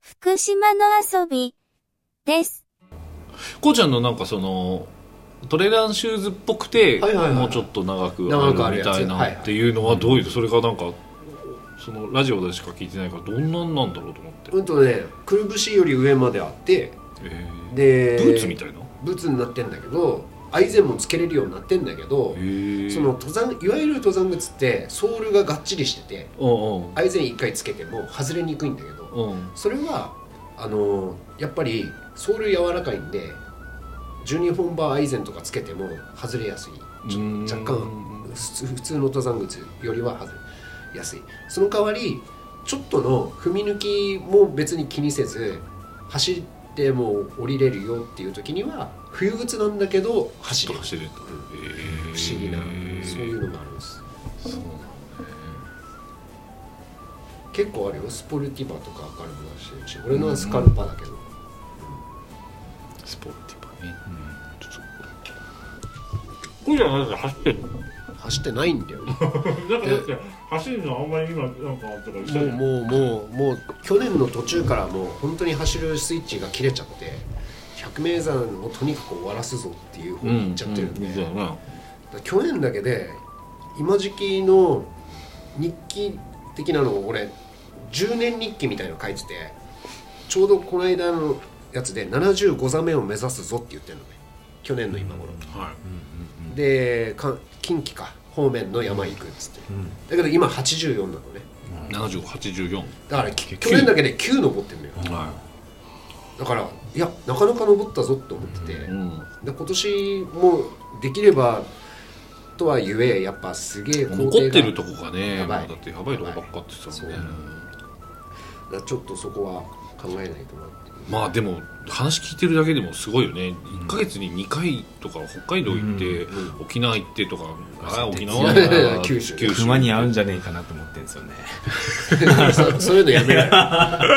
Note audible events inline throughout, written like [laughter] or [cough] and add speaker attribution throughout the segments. Speaker 1: 福島の遊びです。
Speaker 2: こうちゃんのなんかそのトレランシューズっぽくて、
Speaker 3: はいはいはい
Speaker 2: もうちょっと長く
Speaker 3: 長く
Speaker 2: あ
Speaker 3: あ
Speaker 2: る
Speaker 3: る
Speaker 2: み
Speaker 3: やつ
Speaker 2: たいな
Speaker 3: はいはい
Speaker 2: っていうのはどういう、それがなんかそのラジオでしか聞いてないからどんなんなんだろうと思って、
Speaker 3: うんとねくるぶしより上まであって
Speaker 2: えー
Speaker 3: で
Speaker 2: ブーツみたいな、
Speaker 3: ブーツになってんだけどアイゼンもつけれるようになってんだけど
Speaker 2: えー、
Speaker 3: その登山いわゆる登山靴ってソールががっちりしてて
Speaker 2: うん
Speaker 3: アイゼン1回つけても外れにくいんだけど
Speaker 2: うんうん
Speaker 3: それはあのやっぱりソール柔らかいんで12本バーアイゼンとかつけても外れやすいちょ
Speaker 2: うーん
Speaker 3: 若干普通普通の登山靴よりは外れやすいその代わりちょっとの踏み抜きも別に気にせず走っても降りれるよっていう時には冬靴なんだけど走
Speaker 2: ちょっ
Speaker 3: る
Speaker 2: と
Speaker 3: 不
Speaker 2: 走れるんだ、えー
Speaker 3: 思議なそういうのがあるんです
Speaker 2: そうなんだ
Speaker 3: 結構あるよスポルティバとか明るくだしうち俺のはスカルパだけど、
Speaker 2: スポルティバね、うん、ちょっとこうちゃんなんか走ってるの
Speaker 3: 走ってないんだよ
Speaker 4: なんかだって走るのあんまり今なんかとか言ってた
Speaker 3: も
Speaker 4: じ
Speaker 3: う
Speaker 4: ゃん
Speaker 3: もうもうもう去年の途中からもう本当に走るスイッチが切れちゃって百名山をとにかく終わらすぞっていう方に行っちゃってるんで、
Speaker 2: うん、みたいな
Speaker 3: だから去年だけで今時期の日記的なのを俺10年日記みたいの書いててちょうどこの間のやつで75座目を目指すぞって言ってるのね去年の今頃、
Speaker 2: はい、
Speaker 3: でか近畿か方面の山行くっつって、だけど今84なのね
Speaker 2: 7584
Speaker 3: だからき去年だけで9登ってるのよ
Speaker 2: は
Speaker 3: だからいやなかなか登ったぞって思ってて、
Speaker 2: い、うん
Speaker 3: で今年もできればとはゆえやっぱすげえ工程が
Speaker 2: 残ってるとこがね
Speaker 3: やばい
Speaker 2: もうだってやばいとこばっかって言ってたもんね
Speaker 3: やばいだからちょっとそこは考えないとなって
Speaker 2: まあでも話聞いてるだけでもすごいよね、1か月に2回とか北海道行って、沖縄行ってとか、あ沖縄
Speaker 3: いやい
Speaker 2: [laughs]
Speaker 3: や九州
Speaker 5: 熊に合うんじゃねえかなと思ってるんですよね
Speaker 3: [laughs] そそういうのやめろ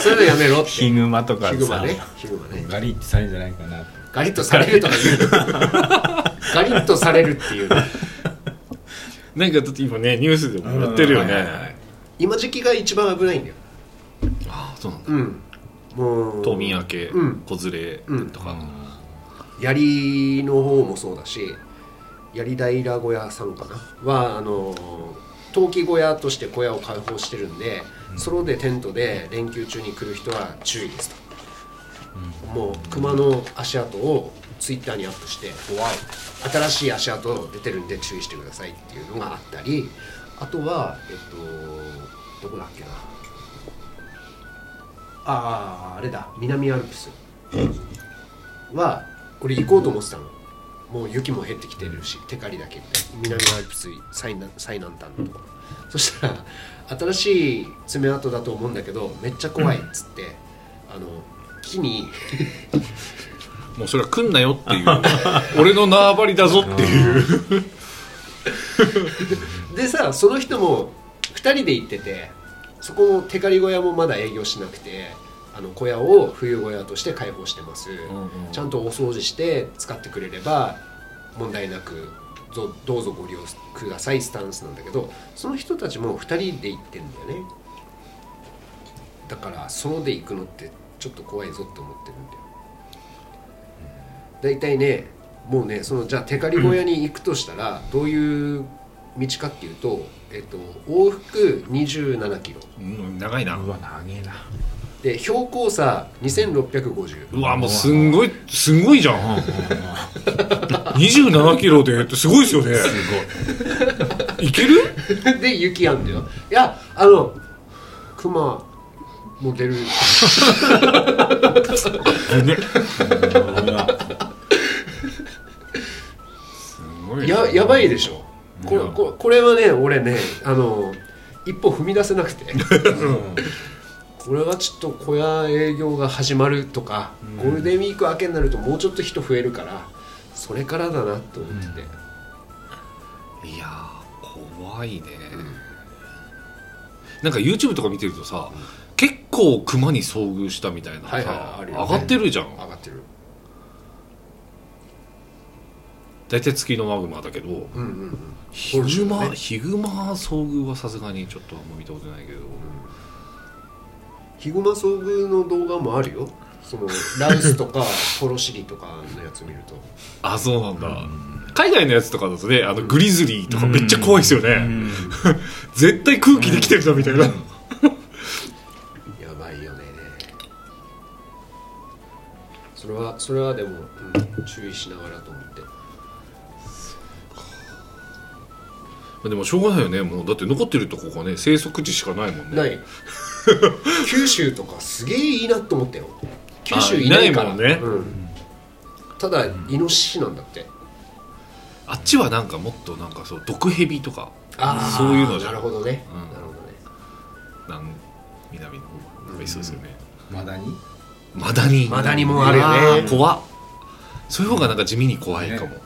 Speaker 3: そういうのやめろって
Speaker 5: ヒグマとか
Speaker 3: ヒ
Speaker 5: さ
Speaker 3: グマねヒグマね
Speaker 5: ガリってされるんじゃないかなと
Speaker 3: ガリッとされるとか
Speaker 2: [laughs]
Speaker 3: 言うのガリッとされるっていうね
Speaker 2: なんかだって今ねニュースでもやってるよね、
Speaker 5: うんはいはいはい
Speaker 3: 今時期が一番危ないんだよ
Speaker 2: ああそうなんだ
Speaker 3: うんもう
Speaker 2: 冬眠明け
Speaker 3: うん
Speaker 2: 子、連れとか、
Speaker 3: 槍の方もそうだし槍平小屋さんかなはあの陶器小屋として小屋を開放してるんで、ソロでテントで連休中に来る人は注意ですと、もう熊の足跡をツイッターにアップして「わお新しい足跡出てるんで注意してください」っていうのがあったりあとはえっとどこだっけなあああれだ南アルプスは俺行こうと思ってたのもう雪も減ってきてるしテカリだけ南アルプス最南最南端のところそしたら新しい爪痕だと思うんだけどめっちゃ怖いっつって、あの木に
Speaker 2: もうそれは来んなよっていう俺の縄張りだぞっていう
Speaker 3: でさその人も2人で行っててそこのテカリ小屋もまだ営業しなくてあの小屋を冬小屋として開放してます、
Speaker 2: んうん
Speaker 3: ちゃんとお掃除して使ってくれれば問題なくぞどうぞご利用くださいスタンスなんだけどその人たちも2人で行ってんだよねだからソロで行くのってちょっと怖いぞって思ってるんだよ大体ねもうねそのじゃあテカリ小屋に行くとしたらどういう道かっていうと、えっと、往復2 7キロ
Speaker 2: うん長いな
Speaker 5: うわ長えな
Speaker 3: で標高差2650
Speaker 2: うわもうすんごいすんごいじゃん27キロでってすごいですよねすごいいける
Speaker 3: で雪やんだよいやあの熊も出る
Speaker 2: すごいな
Speaker 3: ややばいでしょこれ
Speaker 2: いや
Speaker 3: ここれはね俺ねあの一歩踏み出せなくて [laughs] これはちょっと小屋営業が始まるとか、ゴールデンウィーク明けになるともうちょっと人増えるからそれからだなと思ってて、
Speaker 2: いやー怖いね、なんか YouTube とか見てるとさ、結構クマに遭遇したみたいなさ、
Speaker 3: はいはいあるよね
Speaker 2: 上がってるじゃん
Speaker 3: 上がってる
Speaker 2: 大体月のマグマだけど
Speaker 3: うんうんうん
Speaker 2: ヒグマ、
Speaker 3: そうですね
Speaker 2: ヒグマ遭遇はさすがにちょっとあんま見たことないけど、
Speaker 3: ヒグマ遭遇の動画もあるよそ [laughs] のラウスとかポロシリとかのやつ見ると
Speaker 2: あそうなんだ、海外のやつとかだとねあのグリズリーとかめっちゃ怖いですよね、 [laughs] 絶対空気できてるなみたいな、
Speaker 3: やばいよねそれはそれはでも、うん注意しながらと思って
Speaker 2: でもしょうがないよねもうだって残ってるとこがね生息地しかないもんね
Speaker 3: ない [laughs] 九州とかすげえいいなと思ったよ九州いないから
Speaker 2: あいないも
Speaker 3: うんただイノシシなんだって
Speaker 2: あっちはなんかもっとなんかそう毒蛇とか
Speaker 3: あー
Speaker 2: そういうのじゃ
Speaker 3: なんるほどね、
Speaker 2: うん
Speaker 3: なるほどね
Speaker 2: なん南の方がいそうですよね、
Speaker 5: まだに
Speaker 2: マダニ
Speaker 3: マダニもあるよね
Speaker 2: あー怖っそういう方がなんか地味に怖いかも、
Speaker 5: ね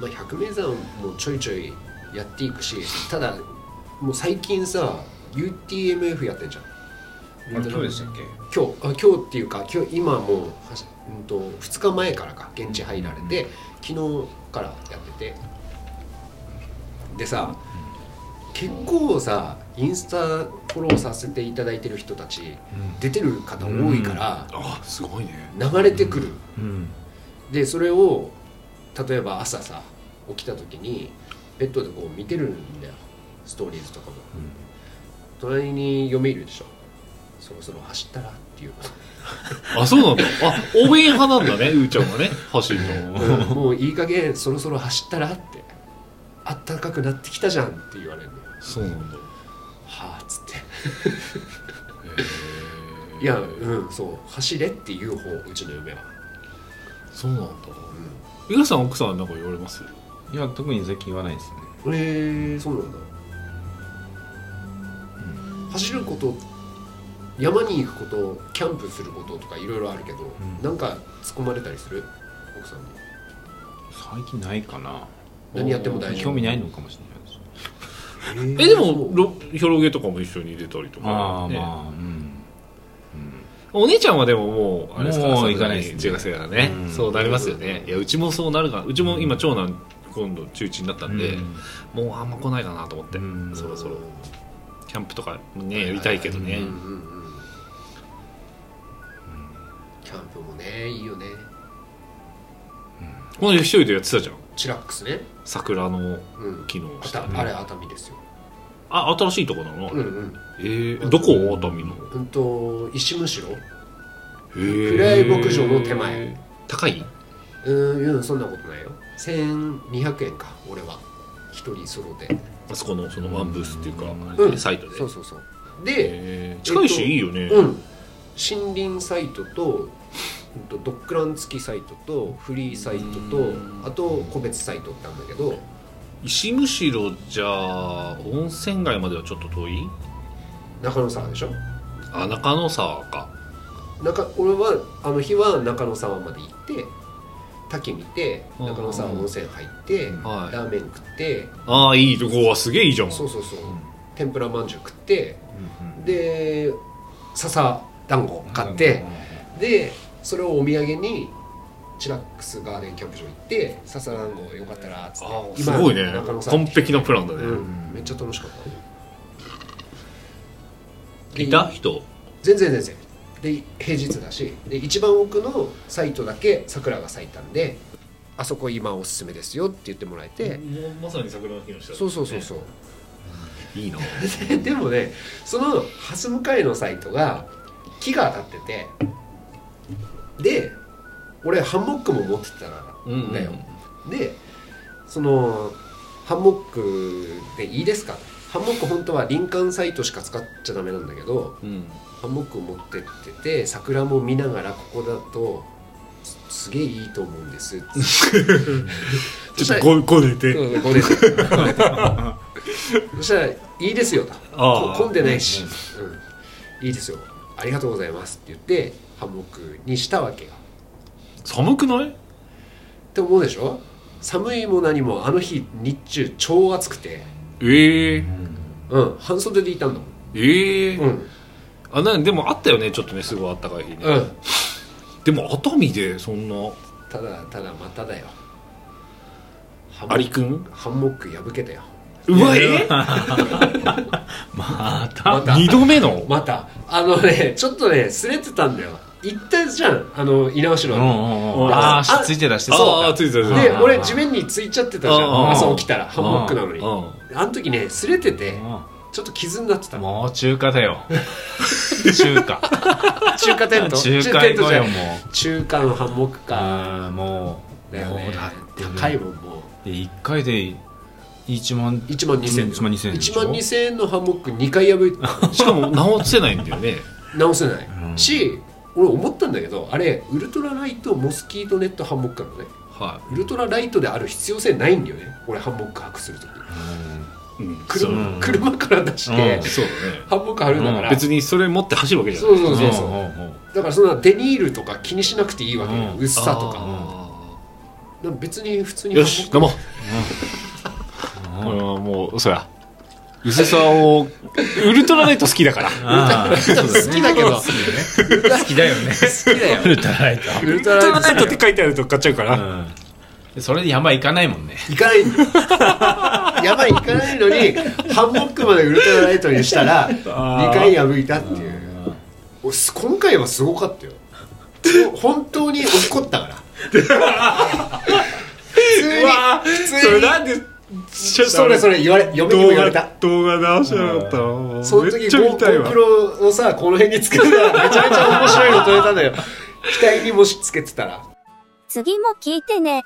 Speaker 3: まあ、百名山もちょいちょいやっていくしただもう最近さ UTMF やってんじゃん
Speaker 5: あれどうでしたっけ
Speaker 3: 今日あ今日っていうか今日今もうはし、うん、と2日前からか現地入られて、昨日からやっててでさ結構さインスタフォローさせていただいてる人たち出てる方多いから
Speaker 2: あすごいね
Speaker 3: 流れてくる、
Speaker 5: うん
Speaker 3: でそれを例えば朝さ起きた時にベッドでこう見てるんだよストーリーズとかも、隣に読めるでしょそろそろ走ったら [laughs] っていう
Speaker 2: あそうなんだあ応援派なんだねうーちゃんはね走るの
Speaker 3: うんもういい加減そろそろ走ったらってあったかくなってきたじゃんって言われるのよ
Speaker 2: そうなんだ
Speaker 3: はあっつって
Speaker 2: へー
Speaker 3: いやうんそう走れっていう方うちの夢は
Speaker 2: そうなんだ井浦さん奥さんなんか言われます
Speaker 5: いや特に最近言わないですね
Speaker 3: えー、そうなんだ、走ること山に行くことキャンプすることとかいろいろあるけど、
Speaker 5: ん
Speaker 3: なんか突っ込まれたりする奥さんに
Speaker 5: 最近ないかな
Speaker 3: 何やっても大丈夫
Speaker 5: 興味ないのかもしれないです
Speaker 3: え
Speaker 2: えでもろ広げとかも一緒に出たりと
Speaker 5: あ
Speaker 2: か、
Speaker 5: あ
Speaker 2: ね
Speaker 5: まあうん
Speaker 2: お姉ちゃんはでももうあれですから
Speaker 5: もう行かないですね
Speaker 2: 1学生だからね、
Speaker 5: うん
Speaker 2: そうなりますよねいやうちもそうなるからうちも今長男今度中1になったんで、
Speaker 5: うん
Speaker 2: もうあんま来ないかなと思って、
Speaker 5: うん
Speaker 2: そろそろキャンプとかねやりたいけどね、
Speaker 5: う
Speaker 3: うんうんうんキャンプもねいいよね
Speaker 2: この間一人でやってたじゃん
Speaker 3: チラックスね
Speaker 2: 桜の
Speaker 3: うん
Speaker 2: 木の
Speaker 3: あ
Speaker 2: 下
Speaker 3: た
Speaker 2: で
Speaker 3: あれ熱海ですよ
Speaker 2: あ新しいとこなの、
Speaker 3: うんうん
Speaker 2: えー、どこ熱海の
Speaker 3: うんと石むしろ
Speaker 2: 暗
Speaker 3: 暗い牧場の手前
Speaker 2: 高いう
Speaker 3: ーんそんなことないよ1200円か俺は一人ソロで
Speaker 2: あそこのそのワンブースっていうか、
Speaker 5: うん
Speaker 2: サイトで
Speaker 3: そうそうそうで、
Speaker 2: えー近いし、
Speaker 3: えっと
Speaker 2: いいよね、
Speaker 3: うん森林サイトとうんとドッグラン付きサイトとフリーサイトとあと個別サイトってあるんだけど
Speaker 2: 石むしろじゃあ温泉街まではちょっと遠い
Speaker 3: 中野沢でしょ
Speaker 2: あ中野沢か
Speaker 3: 中俺はあの日は中野沢まで行って滝見て中野沢温泉入って
Speaker 2: はい
Speaker 3: ラーメン食って
Speaker 2: ああいいとこはすげえいいじゃん
Speaker 3: そうそうそう天ぷらまんじゅう食ってで笹団子買ってでそれをお土産にチラックスガーデンキャンプ場行って笹団子よかったらっつっ
Speaker 2: あ
Speaker 3: て
Speaker 2: ーす
Speaker 3: 今
Speaker 2: ごいね
Speaker 3: 中野沢
Speaker 2: 完璧なプランだね、
Speaker 3: うんめっちゃ楽しかったで
Speaker 2: いた人
Speaker 3: 全然全然で平日だしで一番奥のサイトだけ桜が咲いたんであそこ今おすすめですよって言ってもらえて、
Speaker 2: まさに桜の木の下
Speaker 3: そうそうそうそう、
Speaker 2: いいな
Speaker 3: [laughs] ででもねその蓮向かいのサイトが木が立っててで俺ハンモックも持ってたんだよ、でそのハンモックでいいですかハンモック本当は林間サイトしか使っちゃダメなんだけど、
Speaker 2: うん
Speaker 3: ハンモックを持ってってて桜も見ながらここだとすすげえいいと思うん [laughs] ですって
Speaker 2: ちょっとごごねて
Speaker 3: うんごめんそしたら「いいですよ」と
Speaker 2: ああ
Speaker 3: 混んでないし、うんいいですよありがとうございます」って言ってハンモックにしたわけよ
Speaker 2: 寒くない
Speaker 3: って思うでしょ寒いも何もあの日日中超暑くて、
Speaker 2: ええ
Speaker 3: うん、半袖でいたんだもん
Speaker 2: ええ
Speaker 3: うん、
Speaker 2: あなんでもあったよねちょっとねすごいあったかい日ね、
Speaker 3: うん、
Speaker 2: でも熱海でそんな
Speaker 3: ただただまただよハンモック
Speaker 2: アリくん
Speaker 3: ハンモック破けたよ
Speaker 2: うまい
Speaker 5: ま
Speaker 3: [laughs] ま
Speaker 5: た
Speaker 3: た
Speaker 2: 二度目の
Speaker 3: またあのねちょっとねすれてたんだよ行ったじゃんあの稲尾城
Speaker 5: う
Speaker 3: に
Speaker 5: んうんうんああついてらして
Speaker 2: ああ
Speaker 5: う
Speaker 2: ついてた
Speaker 5: う
Speaker 2: つ
Speaker 5: ん
Speaker 2: いて
Speaker 3: で
Speaker 2: た
Speaker 3: 俺地面についちゃってたじゃ
Speaker 2: うん
Speaker 3: ん朝起きたらハンモックなのに
Speaker 2: うん
Speaker 3: あの時ねすれてて
Speaker 5: う
Speaker 3: ちょっと傷になってた
Speaker 5: んもう中華だよ中華
Speaker 3: 中華テント
Speaker 5: [laughs] 中華
Speaker 3: テン
Speaker 5: 行
Speaker 3: トじ
Speaker 5: こう
Speaker 3: ゃ
Speaker 5: よ
Speaker 3: ん
Speaker 5: もう
Speaker 3: 中華のハンモックか
Speaker 5: ああもう
Speaker 3: だよ
Speaker 5: も
Speaker 3: ね
Speaker 5: うだって
Speaker 3: 高いもんも
Speaker 5: で1回で1万
Speaker 3: う1万2000円
Speaker 5: 1万2000円でしょ
Speaker 3: 1万2000円のハンモック2回破いて
Speaker 2: しかも直せないんだよね
Speaker 3: 直せない、
Speaker 5: うん
Speaker 3: し俺思ったんだけどあれウルトラライトモスキートネットハンモックなのね
Speaker 2: は
Speaker 3: ウルトラライトである必要性ないんだよね俺ハンモック履くするとき
Speaker 2: い、うん、
Speaker 3: 車,、
Speaker 5: うん
Speaker 3: 車から出して、
Speaker 5: うん
Speaker 2: そうだね
Speaker 3: ハンモック履くんだから、
Speaker 2: 別にそれ持って走るわけじゃない
Speaker 3: そうそう
Speaker 5: う
Speaker 3: そ
Speaker 5: そうう
Speaker 3: そう、
Speaker 5: そう
Speaker 3: だからそんなデニールとか気にしなくていいわけよ、
Speaker 5: うん
Speaker 3: 薄さと
Speaker 2: あ
Speaker 3: かだから別に普通
Speaker 2: ー
Speaker 3: に
Speaker 2: よし
Speaker 3: ハン
Speaker 2: 飲
Speaker 3: モッ
Speaker 2: もうこれはもうそや薄さをウルトラライト好きだ [laughs] から
Speaker 5: ああ [laughs] そう
Speaker 3: ク好きだけど
Speaker 5: 好きだよね好きだよね
Speaker 3: 好きだよ
Speaker 5: ウルトラライト
Speaker 3: ウル
Speaker 2: ウ
Speaker 3: ト
Speaker 2: ルト
Speaker 3: ラ
Speaker 2: ラ
Speaker 3: ラ
Speaker 2: ラ
Speaker 3: イ
Speaker 2: イ
Speaker 3: ト
Speaker 2: トって書いてあると買っちゃうから、
Speaker 5: でそれで山行かないもんね
Speaker 3: 行かないんだよやばい行かないのにハンモックまでウルトラライトにしたら2回破いたっていうおす今回はすごかったよほ本当に怒った
Speaker 5: [laughs]
Speaker 3: から普通に普通に
Speaker 2: それなんで
Speaker 3: それそれ言われ嫁にも言われた
Speaker 2: 動画直しなかったの
Speaker 3: その時 Go- GoPro をさこの辺につけてたらめちゃめちゃ面白いの撮れたんだよ額にもしつけてたら
Speaker 1: 次も聞いてね。